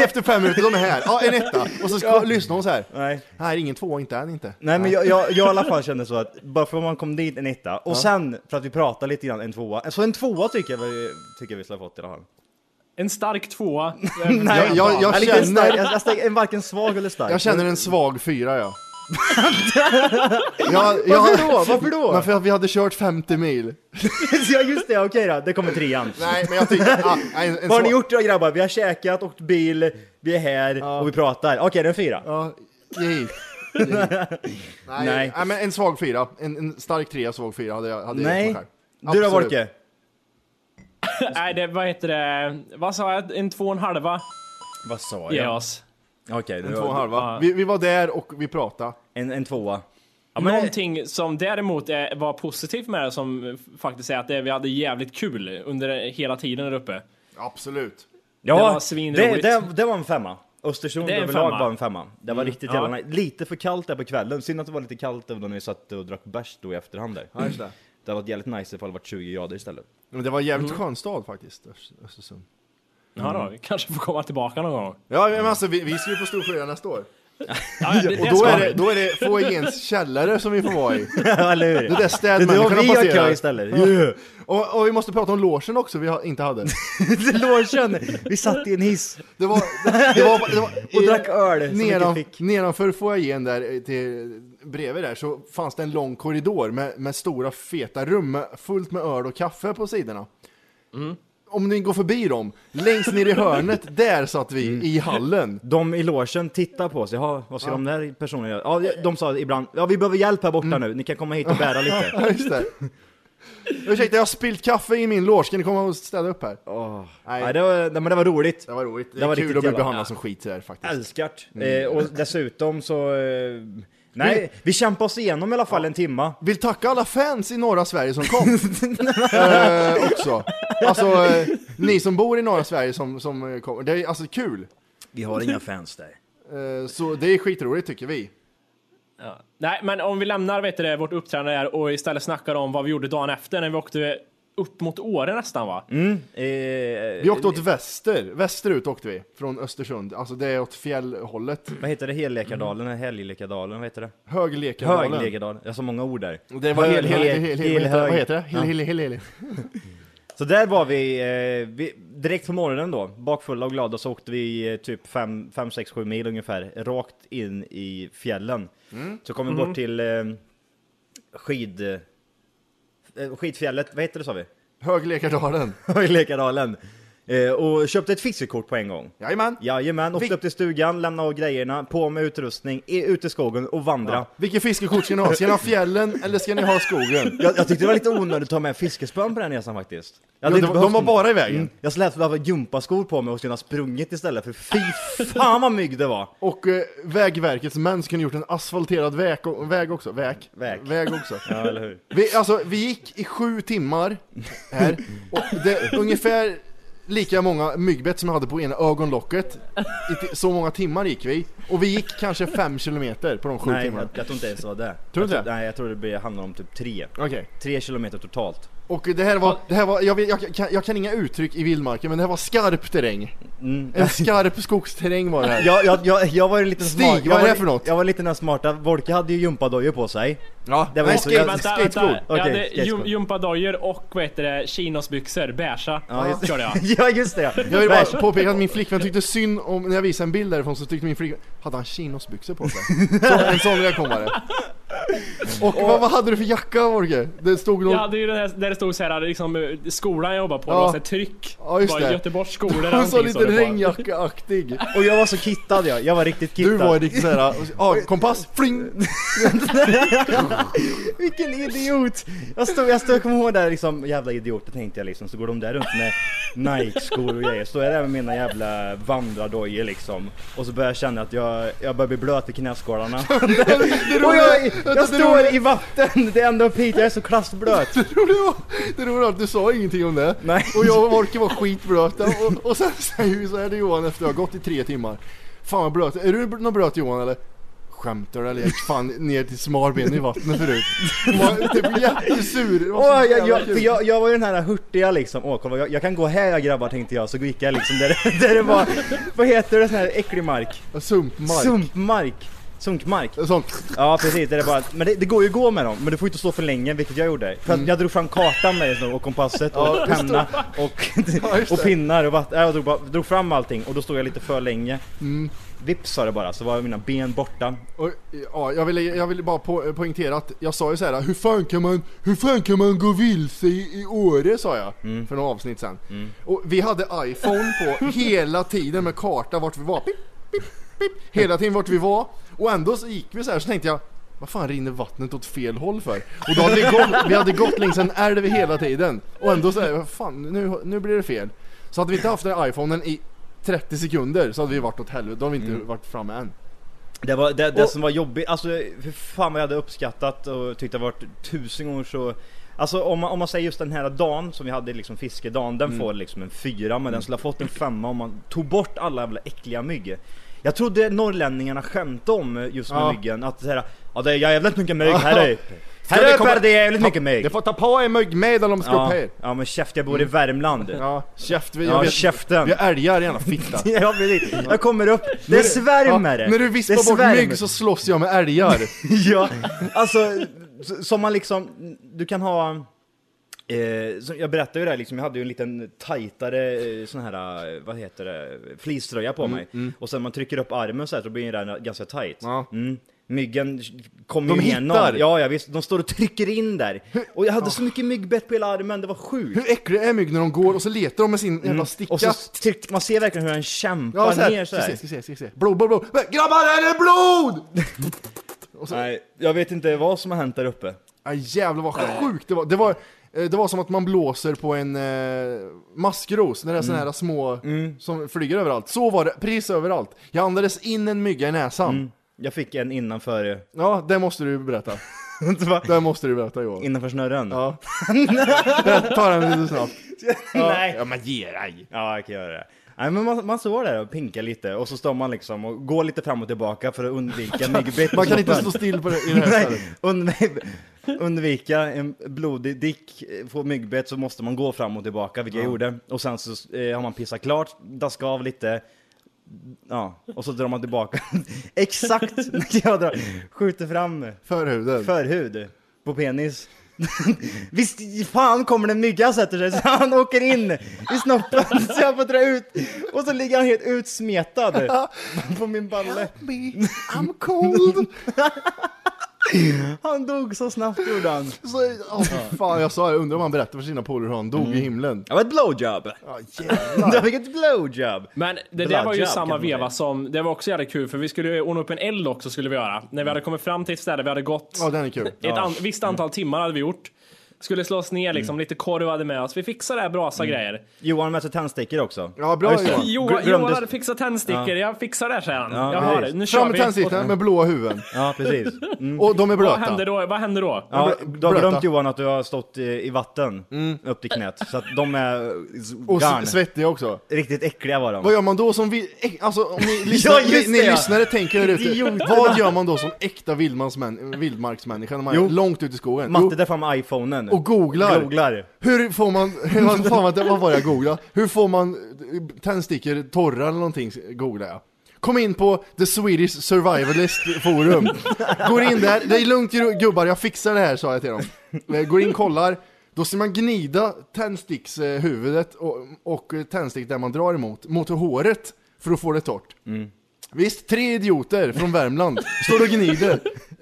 Speaker 2: Efter fem minuter, de är här. Ja, en etta. Och så ska, lyssnar hon så här.
Speaker 7: Nej.
Speaker 2: Nej, ingen tvåa, inte än inte.
Speaker 7: Nej men jag, jag, jag i alla fall kände så att bara för att man kom dit en etta och sen för att vi pratade lite grann en tvåa. Så en tvåa tycker jag vi, tycker jag vi skulle ha fått i alla fall.
Speaker 5: En stark tvåa.
Speaker 2: jag- jag- jag
Speaker 7: Eller inte en
Speaker 2: känner-
Speaker 7: stark- jag- jag stänger- en varken svag eller stark.
Speaker 2: Jag känner en svag fyra ja. jag, jag,
Speaker 7: Varför då? Varför då?
Speaker 2: Men för att vi hade kört 50 mil.
Speaker 7: ja just det, okej då, det kommer trean.
Speaker 2: Nej, men jag tycker... Ja, nej, en, en
Speaker 7: Vad har ni
Speaker 2: svag-
Speaker 7: gjort då grabbar? Vi har käkat, åkt bil, vi är här och vi pratar. Okej, det är en fyra.
Speaker 2: Ja, ge hit. Ge hit. Nej,
Speaker 7: Nej.
Speaker 2: nej. men en svag fyra. En, en stark trea, svag fyra hade jag hade jag
Speaker 7: Nej.
Speaker 2: gett mig själv.
Speaker 7: Du då
Speaker 2: Absolut.
Speaker 7: Volke?
Speaker 5: Nej, det, vad heter det? Vad sa jag? En två och en halva
Speaker 7: Vad sa
Speaker 5: ger jag oss.
Speaker 7: Okej, det
Speaker 2: En två och en
Speaker 7: var-
Speaker 2: halva. Vi, vi var där och vi pratade.
Speaker 7: en, en tvåa.
Speaker 5: Ja, Någonting som däremot är, var positivt med det som faktiskt är att det, vi hade jävligt kul under hela tiden där uppe.
Speaker 2: Absolut.
Speaker 7: Ja,
Speaker 5: Det var svinroligt.
Speaker 7: Det, det, det var en femma. Östersund
Speaker 5: Det är en
Speaker 7: överlag
Speaker 5: femma. Mm.
Speaker 7: var en femma. Det var riktigt
Speaker 5: Ja.
Speaker 7: jävla nice. Lite för kallt där på kvällen. Synd att det var lite kallt då när vi satt och drack bärs då i efterhand där.
Speaker 2: Ja, just det.
Speaker 7: Det hade varit jävligt nice ifall det varit 20 grader istället.
Speaker 2: Men det var en jävligt skön stad faktiskt, Öst- Östersund.
Speaker 5: Ja
Speaker 2: Mm.
Speaker 5: då, vi kanske får komma tillbaka någon gång.
Speaker 2: Ja, men alltså vi, vi ska ju på Storsjö nästa år.
Speaker 5: Ja, det, det
Speaker 2: Och då
Speaker 5: ska
Speaker 2: är
Speaker 5: vi.
Speaker 2: det, då är det foajéns källare som vi får vara i.
Speaker 7: Eller hur?
Speaker 2: Det där
Speaker 7: Det är då
Speaker 2: städmänniskorna
Speaker 7: vi har
Speaker 2: passerar.
Speaker 7: kö istället. Yeah.
Speaker 2: Och, och vi måste prata om logen också, vi har, inte hade.
Speaker 7: Logen! Vi satt i en hiss
Speaker 2: Det var... Det, det var, det var
Speaker 7: och drack öl så mycket
Speaker 2: Nedan,
Speaker 7: fick.
Speaker 2: nedanför foajén där, eh, till, bredvid där, så fanns det en lång korridor med, med stora feta rum med, fullt med öl och kaffe på sidorna.
Speaker 7: Mm.
Speaker 2: Om ni går förbi dem, längst ner i hörnet, där satt vi
Speaker 7: Mm.
Speaker 2: i hallen.
Speaker 7: De i logen tittar på oss, jaha, vad ska de där personerna göra? Ja, de sa ibland, ja vi behöver hjälp här borta nu, ni kan komma hit och bära lite.
Speaker 2: Mm. Ja, just det. Ursäkta, jag har spillt kaffe i min loge, kan ni komma och städa upp här? Nej,
Speaker 7: Nej, det var, nej, men det var roligt.
Speaker 2: det var roligt. Det,
Speaker 7: det var
Speaker 2: är kul
Speaker 7: riktigt
Speaker 2: att bli
Speaker 7: jävla-
Speaker 2: behandlad som skit där faktiskt.
Speaker 7: Älskar't. Eh, och dessutom så... Eh, nej, vi kämpade oss igenom i alla fall en timma.
Speaker 2: Vill tacka alla fans i norra Sverige som kom. eh, också. Alltså, eh, ni som bor i norra Sverige som, som eh, kommer. Det är alltså kul.
Speaker 7: Vi har inga fans där.
Speaker 2: Eh, så det är skitroligt tycker vi.
Speaker 5: Ja. Nej, men om vi lämnar vet du, det, vårt uppträdande där och istället snackar om vad vi gjorde dagen efter när vi åkte upp mot Åre nästan va?
Speaker 7: Mm. Eh,
Speaker 2: Vi åkte åt väster, västerut åkte vi. Från Östersund, alltså det är åt fjällhållet.
Speaker 7: vad heter det? Hellekardalen? Mm. Helglekardalen? Vad heter det?
Speaker 2: Höglekardalen.
Speaker 7: Höglekardalen. Jag har så många ord där.
Speaker 2: Det var hel, hel, hel,
Speaker 7: Hög-
Speaker 2: hel,
Speaker 7: hel-
Speaker 2: hel, vad
Speaker 7: hög.
Speaker 2: heter det? Hel,
Speaker 7: Ja.
Speaker 2: hel, hel, hel.
Speaker 7: Så där var vi, eh, vi direkt på morgonen då, bakfulla och glada, så åkte vi eh, typ 5, 6, 7 mil ungefär rakt in i fjällen.
Speaker 2: Mm.
Speaker 7: Så kom vi bort till eh, skid, eh, skidfjället, vad heter det sa vi?
Speaker 2: Höglekardalen.
Speaker 7: Lekadalen. Eh, och köpte ett fiskekort på en gång.
Speaker 2: Jajamän.
Speaker 7: Jajamän, åkte
Speaker 2: Vil-
Speaker 7: upp till stugan, lämnade av grejerna, på med utrustning, i- ut i skogen och vandra.
Speaker 2: Vilket fiskekort ska ni ha? Ska ni ha fjällen eller ska ni ha skogen?
Speaker 7: Jag, jag tyckte det var lite onödigt att ta med fiskespön på den resan faktiskt. Jag hade
Speaker 2: Jo,
Speaker 7: inte
Speaker 2: de-
Speaker 7: behövt
Speaker 2: de var
Speaker 7: dem.
Speaker 2: bara i vägen.
Speaker 7: Mm. Jag lät behöva gympaskor på mig och kunna ha sprungit istället för fy fan vad mygg det var!
Speaker 2: Och eh, Vägverkets män skulle gjort en asfalterad väg, väg också. Väg.
Speaker 7: Väg.
Speaker 2: väg också.
Speaker 7: Ja, eller hur?
Speaker 2: Vi, alltså, vi gick i sju timmar här, och det ungefär lika många myggbett som jag hade på ena ögonlocket. I ti- Så många timmar gick vi, och vi gick kanske fem kilometer på de sju
Speaker 7: Nej, jag,
Speaker 2: timmarna.
Speaker 7: jag tror inte ens det var det.
Speaker 2: Tror du
Speaker 7: jag
Speaker 2: inte?
Speaker 7: Nej, jag tror det blir- handlar om typ tre.
Speaker 2: Okej.
Speaker 7: Tre kilometer totalt.
Speaker 2: Och det här var, det här var jag, vet, jag, kan, jag kan inga uttryck i vildmarken, men det här var skarp terräng.
Speaker 7: Mm.
Speaker 2: En skarp skogsterräng var det här.
Speaker 7: Jag, jag, jag, jag var ju lite
Speaker 2: Stig,
Speaker 7: smart.
Speaker 2: vad är
Speaker 7: jag
Speaker 2: det
Speaker 7: var-
Speaker 2: för något?
Speaker 7: Jag var lite den smarta. Volke hade ju gympadojor på sig.
Speaker 2: Ja,
Speaker 7: det var
Speaker 2: nej,
Speaker 7: inte-
Speaker 2: skate-
Speaker 7: vänta,
Speaker 2: skateboard.
Speaker 5: Jag
Speaker 7: Okej,
Speaker 5: hade
Speaker 7: skateboard.
Speaker 5: jum- gympadojor och vad heter det, chinosbyxor, beiga.
Speaker 7: just-
Speaker 5: körde jag.
Speaker 7: ja just det.
Speaker 2: Jag vill
Speaker 7: Nej.
Speaker 2: bara påpeka att min flickvän tyckte synd om, när jag visade en bild därifrån så tyckte min flickvän, hade han chinosbyxor på sig? Så, en sån reaktion var det. Och vad, vad hade du för jacka Orge? Det stod någon...
Speaker 5: Jag hade ju den här, där det stod så här, liksom, eh, skolan jag jobbar på,
Speaker 2: Ja.
Speaker 5: det var så här tryck.
Speaker 2: Ja, just
Speaker 5: var
Speaker 2: det.
Speaker 5: Göteborgs skolor
Speaker 2: en sån
Speaker 5: allting
Speaker 2: lite
Speaker 5: stod det på.
Speaker 2: regnjacka-aktig.
Speaker 7: Och jag var så kittad jag. Jag var riktigt kittad.
Speaker 2: Du var riktigt såhär, ja kompass, fling!
Speaker 7: Vilken idiot! Jag stod, jag stod, jag kommer ihåg där liksom, jävla idioter tänkte jag liksom, så går de där runt med Nike-skor och grejer. Står jag där med mina jävla vandrardojor liksom. Och så börjar jag känna att jag, jag börjar bli blöt i knäskålarna. och jag,
Speaker 2: det
Speaker 7: jag står i vatten, det är ändå pit, jag är så klassblöt.
Speaker 2: Det roliga var, det roliga var att du sa ingenting om det.
Speaker 7: Nej.
Speaker 2: Och jag och Orke var skitblöta. Och, och sen säger vi så här till Johan efter att ha gått i tre timmar. Fan vad blöt, är du någon blöt Johan eller? Skämtar du eller? Jag gick fan ner till smalben i vattnet förut. Och var typ jättesur. Det var så
Speaker 7: Åh, jag,
Speaker 2: jävla
Speaker 7: jag,
Speaker 2: kul.
Speaker 7: för jag, jag var ju den här hurtiga liksom, åh kolla jag, jag kan gå här grabbar tänkte jag, så gick jag liksom där, där det var, vad heter det, sån här äcklig mark?
Speaker 2: Sumpmark.
Speaker 7: Sumpmark. Sunkmark.
Speaker 2: Sånt.
Speaker 7: Ja precis, det är bara, men det, det går ju att gå med dem, men du får inte stå för länge, vilket jag gjorde. För att jag drog fram kartan med liksom, och kompasset och
Speaker 2: Mm. Ja, just
Speaker 7: penna och,
Speaker 2: just
Speaker 7: och
Speaker 2: det.
Speaker 7: pinnar och vatten. Jag drog, bara, drog fram allting och då stod jag lite för länge.
Speaker 2: Mm.
Speaker 7: Vips sa det bara, så var mina ben borta.
Speaker 2: Och, ja, jag ville jag vill bara po poängtera att jag sa ju så här, hur fan kan man, hur fan kan man gå vilse i, i Åre sa jag för några avsnitt sen. Och vi hade iPhone på hela tiden med karta vart vi var. Pip, pip, pip, hela tiden vart vi var. Och ändå så gick vi så här så tänkte jag, vad fan rinner vattnet åt fel håll för? Och då hade vi gått, vi hade gått längs en älv hela tiden. Och ändå så här, vad fan nu, nu blir det fel. Så hade vi inte haft den här iPhonen i 30 sekunder så hade vi varit åt helvete, då hade vi inte varit framme än.
Speaker 7: Det, var, det, det
Speaker 2: Och-
Speaker 7: som var jobbigt, alltså för fan vad jag hade uppskattat och tyckte det varit tusen gånger så Alltså om man, om man säger just den här dagen som vi hade liksom fiskedagen, den
Speaker 2: Mm.
Speaker 7: får liksom en fyra men den skulle ha fått en femma om man tog bort alla jävla äckliga mygg Jag trodde norrlänningarna skämtade om just med
Speaker 2: Ja.
Speaker 7: myggen, att såhär Ja det är jävligt mycket mygg här uppe Här
Speaker 2: vi
Speaker 7: uppe
Speaker 2: komma-
Speaker 7: är det jävligt mycket mygg!
Speaker 2: Det får ta på er myggmedel om de ska upp
Speaker 7: ja,
Speaker 2: här. Mm.
Speaker 7: ja men käft jag bor i Värmland
Speaker 2: Ja, käft. Vi,
Speaker 7: Ja,
Speaker 2: jag vet-
Speaker 7: käften.
Speaker 2: Vi har älgar jävla fitta.
Speaker 7: Ja precis, jag kommer upp, det svärmer!
Speaker 2: Ja, när du
Speaker 7: Det
Speaker 2: vispar bort
Speaker 7: svärmer.
Speaker 2: mygg så slåss jag med älgar.
Speaker 7: Ja, alltså s- som man liksom, du kan ha... Eh, så jag berättade ju det här, liksom, jag hade ju en liten tajtare eh, sån här, eh, vad heter det, fleecetröja på
Speaker 2: Mm,
Speaker 7: mig. Och sen man trycker upp armen så här så blir den där ganska tajt.
Speaker 2: Ja.
Speaker 7: Mm. Myggen kommer
Speaker 2: De
Speaker 7: ju igenom.
Speaker 2: hittar.
Speaker 7: Ja, ja visst. De står och trycker in där. Och jag hade så mycket myggbett på hela armen, det var sjukt.
Speaker 2: Hur äcklig är mygg när de går och så letar de med sin jävla sticka.
Speaker 7: Mm. Och så tryck, man ser verkligen hur den kämpar
Speaker 2: ja, så här.
Speaker 7: ner så
Speaker 2: Ska se,
Speaker 7: här.
Speaker 2: ska se, ska se. Blod, blod, blod. Men, Grabbar, är det blod?
Speaker 7: Nej, jag vet inte vad som har hänt där uppe.
Speaker 2: Ja, jävlar vad sjukt det var. Det var, eh, det var som att man blåser på en eh, maskros, när det är
Speaker 7: Mm.
Speaker 2: såna här små som flyger överallt. Så var det, precis överallt. Jag andades in en mygga i näsan.
Speaker 7: Jag fick en innanför,
Speaker 2: Ja, det måste du berätta. det måste du berätta Johan.
Speaker 7: innanför snörren.
Speaker 2: Ja. Jag tar den lite snabbt.
Speaker 7: Nej.
Speaker 2: Ja men ge dig.
Speaker 7: Ja, jag kan göra det. Nej, men man, man står där och pinkar lite och så står man liksom och går lite fram och tillbaka för att undvika myggbett.
Speaker 2: Man kan inte stå still på det, i det här stället.
Speaker 7: Nej, undv- undvika en blodig dick, eh, få myggbett så måste man gå fram och tillbaka, vilket jag gjorde. Och sen så eh, har man pissat klart, daskat av lite, ja, och så drar man tillbaka. Exakt när jag drar, skjuter fram
Speaker 2: Förhuden.
Speaker 7: förhud på penis. Visst fan kommer det en mygga och sätter sig så han åker in i snoppen så jag får dra ut och så ligger han helt utsmetad på min balle.
Speaker 2: I'm cold.
Speaker 7: Han dog så snabbt gjorde han.
Speaker 2: Så, åh, fy fan, jag sa det, undrar om han berättar för sina polare hur han dog i himlen.
Speaker 7: Det var ett blowjob.
Speaker 2: Ja, jävlar.
Speaker 7: Jag fick ett blowjob.
Speaker 5: Men det där
Speaker 7: Bloodjob
Speaker 5: var ju
Speaker 7: kan
Speaker 5: samma
Speaker 7: man säga.
Speaker 5: veva som, det var också jävligt kul för vi skulle ju ordna upp en eld också skulle vi göra. När vi hade kommit fram till ett ställe, vi hade gått
Speaker 2: Ja, Mm. den är kul.
Speaker 5: ett an- visst antal timmar hade vi gjort. Skulle slå oss ner liksom, lite korv hade med oss. Vi fixade det här brasa
Speaker 2: Mm.
Speaker 5: grejer.
Speaker 7: Johan med sig tändstickor också.
Speaker 2: Ja, bra,
Speaker 7: just det.
Speaker 2: Johan.
Speaker 5: Johan,
Speaker 7: Glömde-
Speaker 5: Johan hade fixat tändstickor, jag fixar det här säger han.
Speaker 7: Ja,
Speaker 5: jag har det,
Speaker 7: precis.
Speaker 5: nu
Speaker 2: Fram
Speaker 5: kör
Speaker 2: med
Speaker 5: vi.
Speaker 2: tändstickan med blåa huvuden.
Speaker 7: Ja, precis. Mm.
Speaker 2: Och de är
Speaker 5: Vad händer
Speaker 2: blöta.
Speaker 5: då? Vad händer då?
Speaker 7: Ja, du har
Speaker 2: Blöta. Mm.
Speaker 7: glömt Johan att du har stått i i vatten upp till knät. Så att de är
Speaker 2: Och
Speaker 7: garn.
Speaker 2: s- svettiga också.
Speaker 7: Riktigt äckliga var de.
Speaker 2: Vad gör man då som vi... äk- Alltså om ni, lyssnar,
Speaker 7: just
Speaker 2: ni, ni
Speaker 7: det, ja.
Speaker 2: lyssnare tänker där ute. Vad gör man då som äkta vildmansmän, vildmarksmänniska när man
Speaker 7: Jo.
Speaker 2: är långt ute i skogen? Jo.
Speaker 7: Matte där framme med iPhonen nu.
Speaker 2: Och googlar.
Speaker 7: Googlar.
Speaker 2: Hur får man, vad fan var det, vad var det jag googlade? Hur får man eh, tändstickor torra eller någonting googlar jag. Kom in på The Swedish Survivalist forum. Går in där, det är lugnt ju- gubbar, jag fixar det här sa jag till dem. Eh, Går in, kollar, då ska man gnida tändstickshuvudet och, och eh, tändstick där man drar emot, mot håret för att få det torrt.
Speaker 7: Mm.
Speaker 2: Visst, tre idioter från Värmland står och gnider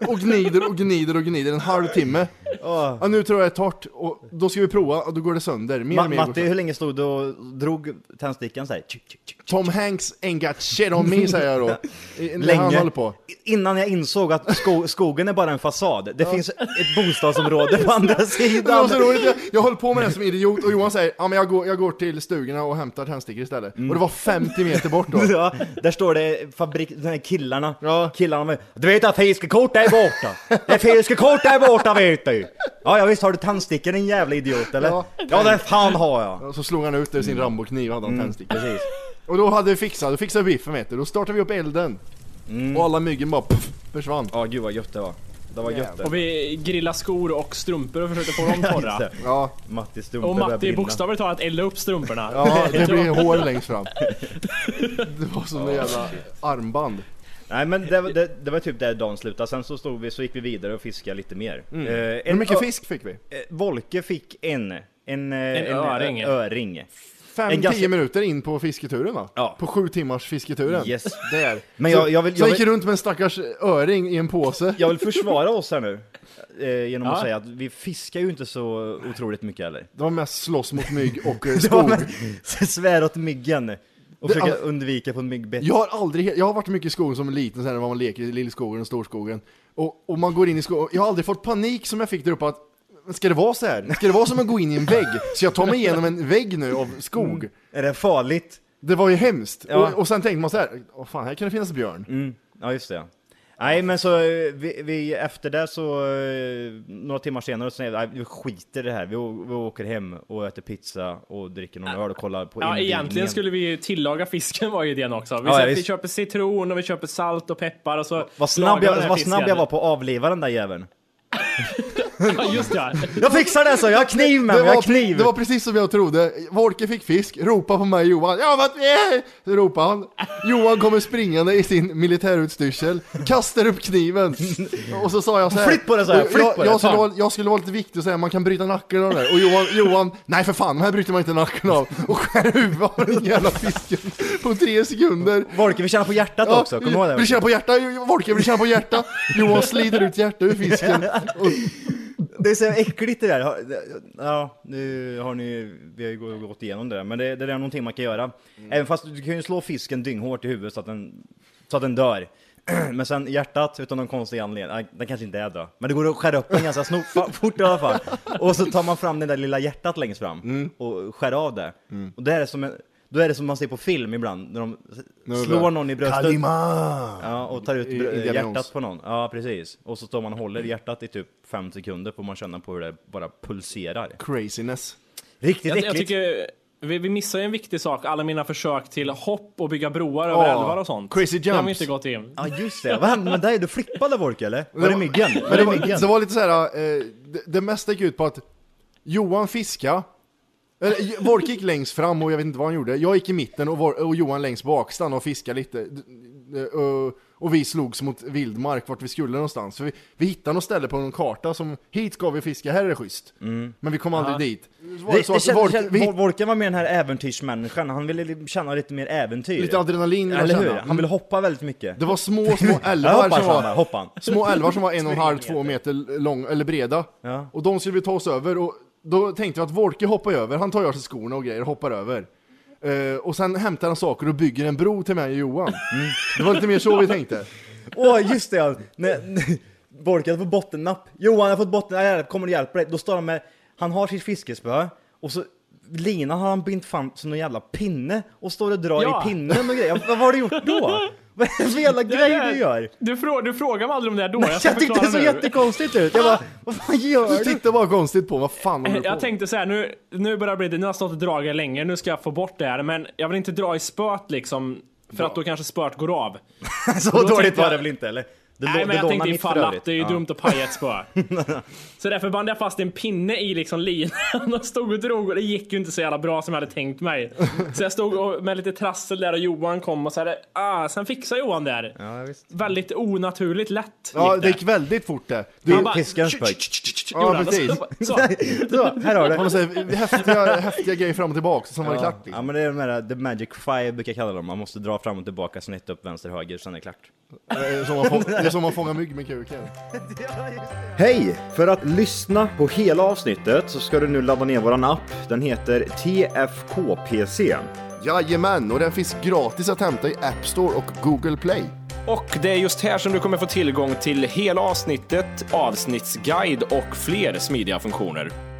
Speaker 2: och gnider och gnider och gnider en halvtimme.
Speaker 7: Ah.
Speaker 2: Ja, nu tror jag det är torrt och då ska vi prova och då går det sönder. Mer
Speaker 7: Ma
Speaker 2: och mer
Speaker 7: Matti,
Speaker 2: går
Speaker 7: hur länge stod du och drog tändstickan såhär? Tjuk, tjuk, tjuk.
Speaker 2: Tom Hanks ain't got shit on me säger jag då. I- när Han
Speaker 7: Länge.
Speaker 2: håller på.
Speaker 7: I- Innan jag insåg att sko skogen är bara en fasad. Det finns ett bostadsområde på andra
Speaker 2: Det var
Speaker 7: sidan.
Speaker 2: så roligt, jag, jag höll på med det som idiot och Johan säger ja men jag går, jag går till stugorna och hämtar tändstickor istället.
Speaker 7: Mm.
Speaker 2: Och det var 50 meter bort då.
Speaker 7: Ja, där står det fabrik, de här killarna.
Speaker 2: Ja.
Speaker 7: killarna med, du vet att fiskekort är borta! Det är fiskekort är borta vet du! Ja, ja visst har du tändstickor din jävla idiot eller?
Speaker 2: Ja.
Speaker 7: Ja, det fan har jag!
Speaker 2: Och så slog han ut det i
Speaker 7: Mm.
Speaker 2: sin Rambo-kniv och hade han tändstickor.
Speaker 7: Precis.
Speaker 2: Och då hade vi fixat, då fixade vi biffen vet du. Då startade vi upp elden.
Speaker 7: Mm.
Speaker 2: Och alla myggen bara puff, försvann.
Speaker 7: Ja, gud vad gött det var. Det var gött det.
Speaker 5: Och vi grillar skor och strumpor och försökte få dem torra.
Speaker 2: Ja,
Speaker 7: Matti Stumpe
Speaker 5: Och
Speaker 7: börjar
Speaker 5: Matti
Speaker 7: brinna.
Speaker 5: bokstavligt talat eldade upp strumporna.
Speaker 2: ja det blir hår längst fram. Det var som en jävla armband.
Speaker 7: Nej men det, var- det, det var typ där dagen slutade, sen så stod vi, så gick vi vidare och fiskade lite mer. Mm.
Speaker 2: Hur mycket fisk fick vi?
Speaker 7: Eh, Volke fick en, en, en, eh,
Speaker 5: öring.
Speaker 7: öring.
Speaker 2: 5-10
Speaker 7: En ganska-
Speaker 2: minuter in på fisketuren va?
Speaker 7: Ja.
Speaker 2: På sju timmars fisketuren.
Speaker 7: Yes.
Speaker 2: Där.
Speaker 7: Men
Speaker 2: Så-
Speaker 7: jag, jag, vill,
Speaker 2: så
Speaker 7: jag,
Speaker 2: han gick
Speaker 7: vill,
Speaker 2: runt med en stackars öring i en påse.
Speaker 7: jag vill försvara oss här nu. Eh, genom att
Speaker 5: Ja.
Speaker 7: säga att vi fiskar ju inte så otroligt mycket heller.
Speaker 2: Det var mest slåss mot mygg och eh,
Speaker 7: Det var
Speaker 2: skog.
Speaker 7: mest- Svär åt myggen. Och försöka
Speaker 2: alltså-
Speaker 7: undvika på en myggbett.
Speaker 2: Jag har aldrig, jag har varit mycket i skogen som liten sen när man leker i lillskogen och storskogen. Och, och man går in i skogen, jag har aldrig fått panik som jag fick där uppe att Ska det vara så här? Ska det vara som att gå in i en vägg? Så jag tar mig igenom en vägg nu av skog.
Speaker 7: Är det farligt?
Speaker 2: Det var ju hemskt.
Speaker 7: Mm. Ja.
Speaker 2: Och, och sen tänkte man så här, åh fan här kan det finnas björn.
Speaker 7: Ja just det ja. Nej men så eh, vi, vi efter det så eh, några timmar senare så säger vi, "Nej, vi skiter i det här. Vi, å- vi åker hem och äter pizza och dricker någon öl och kollar på
Speaker 5: Ja,
Speaker 7: invigningen.
Speaker 5: egentligen skulle vi ju tillaga fisken var ju idén också. Vi,
Speaker 7: Ja, ja,
Speaker 5: säger att vi
Speaker 7: visst.
Speaker 5: köper citron och vi köper salt och peppar och så...
Speaker 7: Vad snabb,
Speaker 5: lagar vi den
Speaker 7: jag,
Speaker 5: här
Speaker 7: vad snabb
Speaker 5: fisken.
Speaker 7: jag var på att avliva den där jäveln.
Speaker 5: Ja, just det.
Speaker 7: Jag fixar det så, jag har kniv med
Speaker 2: Det
Speaker 7: mig, jag har
Speaker 2: var,
Speaker 7: kniv!
Speaker 2: det var precis som jag trodde. Volke fick fisk, ropa på mig och Johan. Ja, vad är Så ropade han. Johan kommer springande i sin militärutstyrsel, kastar upp kniven. Och så sa jag så här.
Speaker 7: Flytt på det, sa jag.
Speaker 2: och
Speaker 7: Flytt
Speaker 2: jag,
Speaker 7: på det,
Speaker 2: jag, skulle
Speaker 7: fan.
Speaker 2: vara, jag skulle vara lite viktig och säga man kan bryta nacken av det här. Och Johan, Johan, nej för fan, de här bryter man inte nacken av. Och skär huvudet av den jävla fisken på tre sekunder.
Speaker 7: Volker, vi känner på hjärtat också, kommer du ihåg det?
Speaker 2: Vill du känna på hjärta? Volke, vill du känna på hjärta? Johan slider ut hjärta ur fisken. Och
Speaker 7: Det är så äckligt det där. Har- Ja, nu har ni, vi har ju gå- gått igenom det där, men det, det där är någonting man kan göra. Även fast du kan ju slå fisken dynghårt i huvudet så att den, så att den dör. Men sen hjärtat, utan någon konstig anledning, nej, den kanske inte är död. Men det går att skära upp den ganska snor, fa- fort i alla fall. Och så tar man fram det där lilla hjärtat längst fram och skär av det. Och det här är som en, då är det som man ser på film ibland, när de s- slår någon i bröstet.
Speaker 2: Kalima!
Speaker 7: Ja, och tar ut
Speaker 2: I-
Speaker 7: br-
Speaker 2: Indiana Jones.
Speaker 7: hjärtat på någon. Ja, precis. Och så står man och håller hjärtat i typ fem sekunder får man känna på hur det bara pulserar.
Speaker 2: Craziness.
Speaker 7: Riktigt
Speaker 5: Jag,
Speaker 7: äckligt.
Speaker 5: jag tycker... Vi, vi missar ju en viktig sak, alla mina försök till hopp och bygga broar över älvar och sånt.
Speaker 2: crazy
Speaker 5: Det har vi
Speaker 2: jumps.
Speaker 5: inte gått in.
Speaker 7: Ja, just det. Vad hände med dig? Du flippade Vork, eller? Var det myggen? Var
Speaker 2: Men det,
Speaker 7: det
Speaker 2: var,
Speaker 7: myggen?
Speaker 2: det var lite så här, eh, det, det mesta gick ut på att Johan fiska eller, J- Volke gick längst fram och jag vet inte vad han gjorde. Jag gick i mitten och, Vor- och Johan längst bak, stannade och fiskade lite. D- d- eh, och- Och vi slogs mot vildmark vart vi skulle någonstans. För vi, vi hittade något ställe på någon karta som, hit ska vi fiska, här är det schysst. Men vi kom aldrig dit. Så var
Speaker 7: Mm.
Speaker 2: det
Speaker 7: Det,
Speaker 2: så
Speaker 7: det
Speaker 2: att Volke-
Speaker 7: kändes,
Speaker 2: vi
Speaker 7: kändes,
Speaker 2: hittade
Speaker 7: Vorken var mer den här äventyrsmänniskan. Han ville li- känna lite mer äventyr.
Speaker 2: lite adrenalin. vill jag
Speaker 7: Eller hur?
Speaker 2: känna.
Speaker 7: Han ville hoppa väldigt mycket.
Speaker 2: "Mm, Det var små, små
Speaker 7: Jag
Speaker 2: älvar
Speaker 7: hoppar
Speaker 2: som var...
Speaker 7: han där, hoppan.
Speaker 2: små älvar som var en och en halv, två meter lång, eller breda.
Speaker 7: Ja.
Speaker 2: Och de skulle vi ta oss över och då tänkte jag att Wolke hoppar ju över, han tar ju av sig skorna och grejer och hoppar över. Eh, och sen hämtar han saker och bygger en bro till mig och Johan. Det var lite mer så vi tänkte.
Speaker 7: Åh, just det ja! När- när- Bork hade fått bottennapp. Johan jag har fått bottennapp, kommer och hjälper dig. Då står han med, han har sitt fiskespö och så linan har han bint fram som någon jävla pinne och står och drar
Speaker 5: Ja.
Speaker 7: i pinnen och grejer. Vad har du gjort då? Vad är det för jävla grej du gör?
Speaker 5: Du, frå, du frågar mig aldrig om det här då, jag ska
Speaker 7: Jag tyckte det
Speaker 5: förklara
Speaker 7: såg
Speaker 5: nu.
Speaker 7: jättekonstigt ut. Jag bara, vad fan gör
Speaker 2: Du
Speaker 7: du?
Speaker 2: tittar bara konstigt på, vad fan håller du på
Speaker 5: Eh, Jag
Speaker 2: med?
Speaker 5: tänkte så här, nu, nu börjar det bli, nu har jag stått och dragit länge, nu ska jag få bort det här, men jag vill inte dra i spöet liksom, för att då kanske spöet går av.
Speaker 7: Så
Speaker 5: tänkte
Speaker 7: dåligt var
Speaker 5: jag-
Speaker 7: det väl inte eller? Det,
Speaker 5: Nej,
Speaker 7: lo-
Speaker 5: men
Speaker 7: det
Speaker 5: jag
Speaker 7: lånar
Speaker 5: tänkte
Speaker 7: mitt för
Speaker 5: ifall att
Speaker 7: övrigt.
Speaker 5: det är ju
Speaker 7: Ja.
Speaker 5: dumt att paja ett spö. så därför bandade jag fast en pinne i liksom linan och stod och drog och det gick ju inte så jävla bra som jag hade tänkt mig. Så jag stod och, med lite trassel där och Johan kom och så här, ah, sen fixade Johan där.
Speaker 7: Ja, visst.
Speaker 5: Väldigt onaturligt lätt
Speaker 2: Ja,
Speaker 5: gick
Speaker 2: det gick väldigt fort där.
Speaker 5: Han
Speaker 2: Du,
Speaker 5: bara,
Speaker 7: piskar spö.
Speaker 5: "Tch, tch, tch, tch",
Speaker 2: Ja,
Speaker 5: gjorde han.
Speaker 2: precis.
Speaker 5: Och så- så.
Speaker 7: Så, här har du.
Speaker 2: man måste säga, häftiga, häftiga grejer fram och tillbaka, sen var det klart.
Speaker 7: Ja
Speaker 2: Liksom.
Speaker 7: men det är de här, eh, the magic five brukar jag kalla dem, man måste dra fram och tillbaka, snett upp, vänster, höger, sen är det klart.
Speaker 2: Det är Eh, som man få- Det är som man fångar mygg med kuken.
Speaker 7: Hej! För att lyssna på hela avsnittet så ska du nu ladda ner våran app, den heter TFKPC.
Speaker 2: Jajamän, och den finns gratis att hämta i App Store och Google Play.
Speaker 4: Och det är just här som du kommer få tillgång till hela avsnittet, avsnittsguide och fler smidiga funktioner.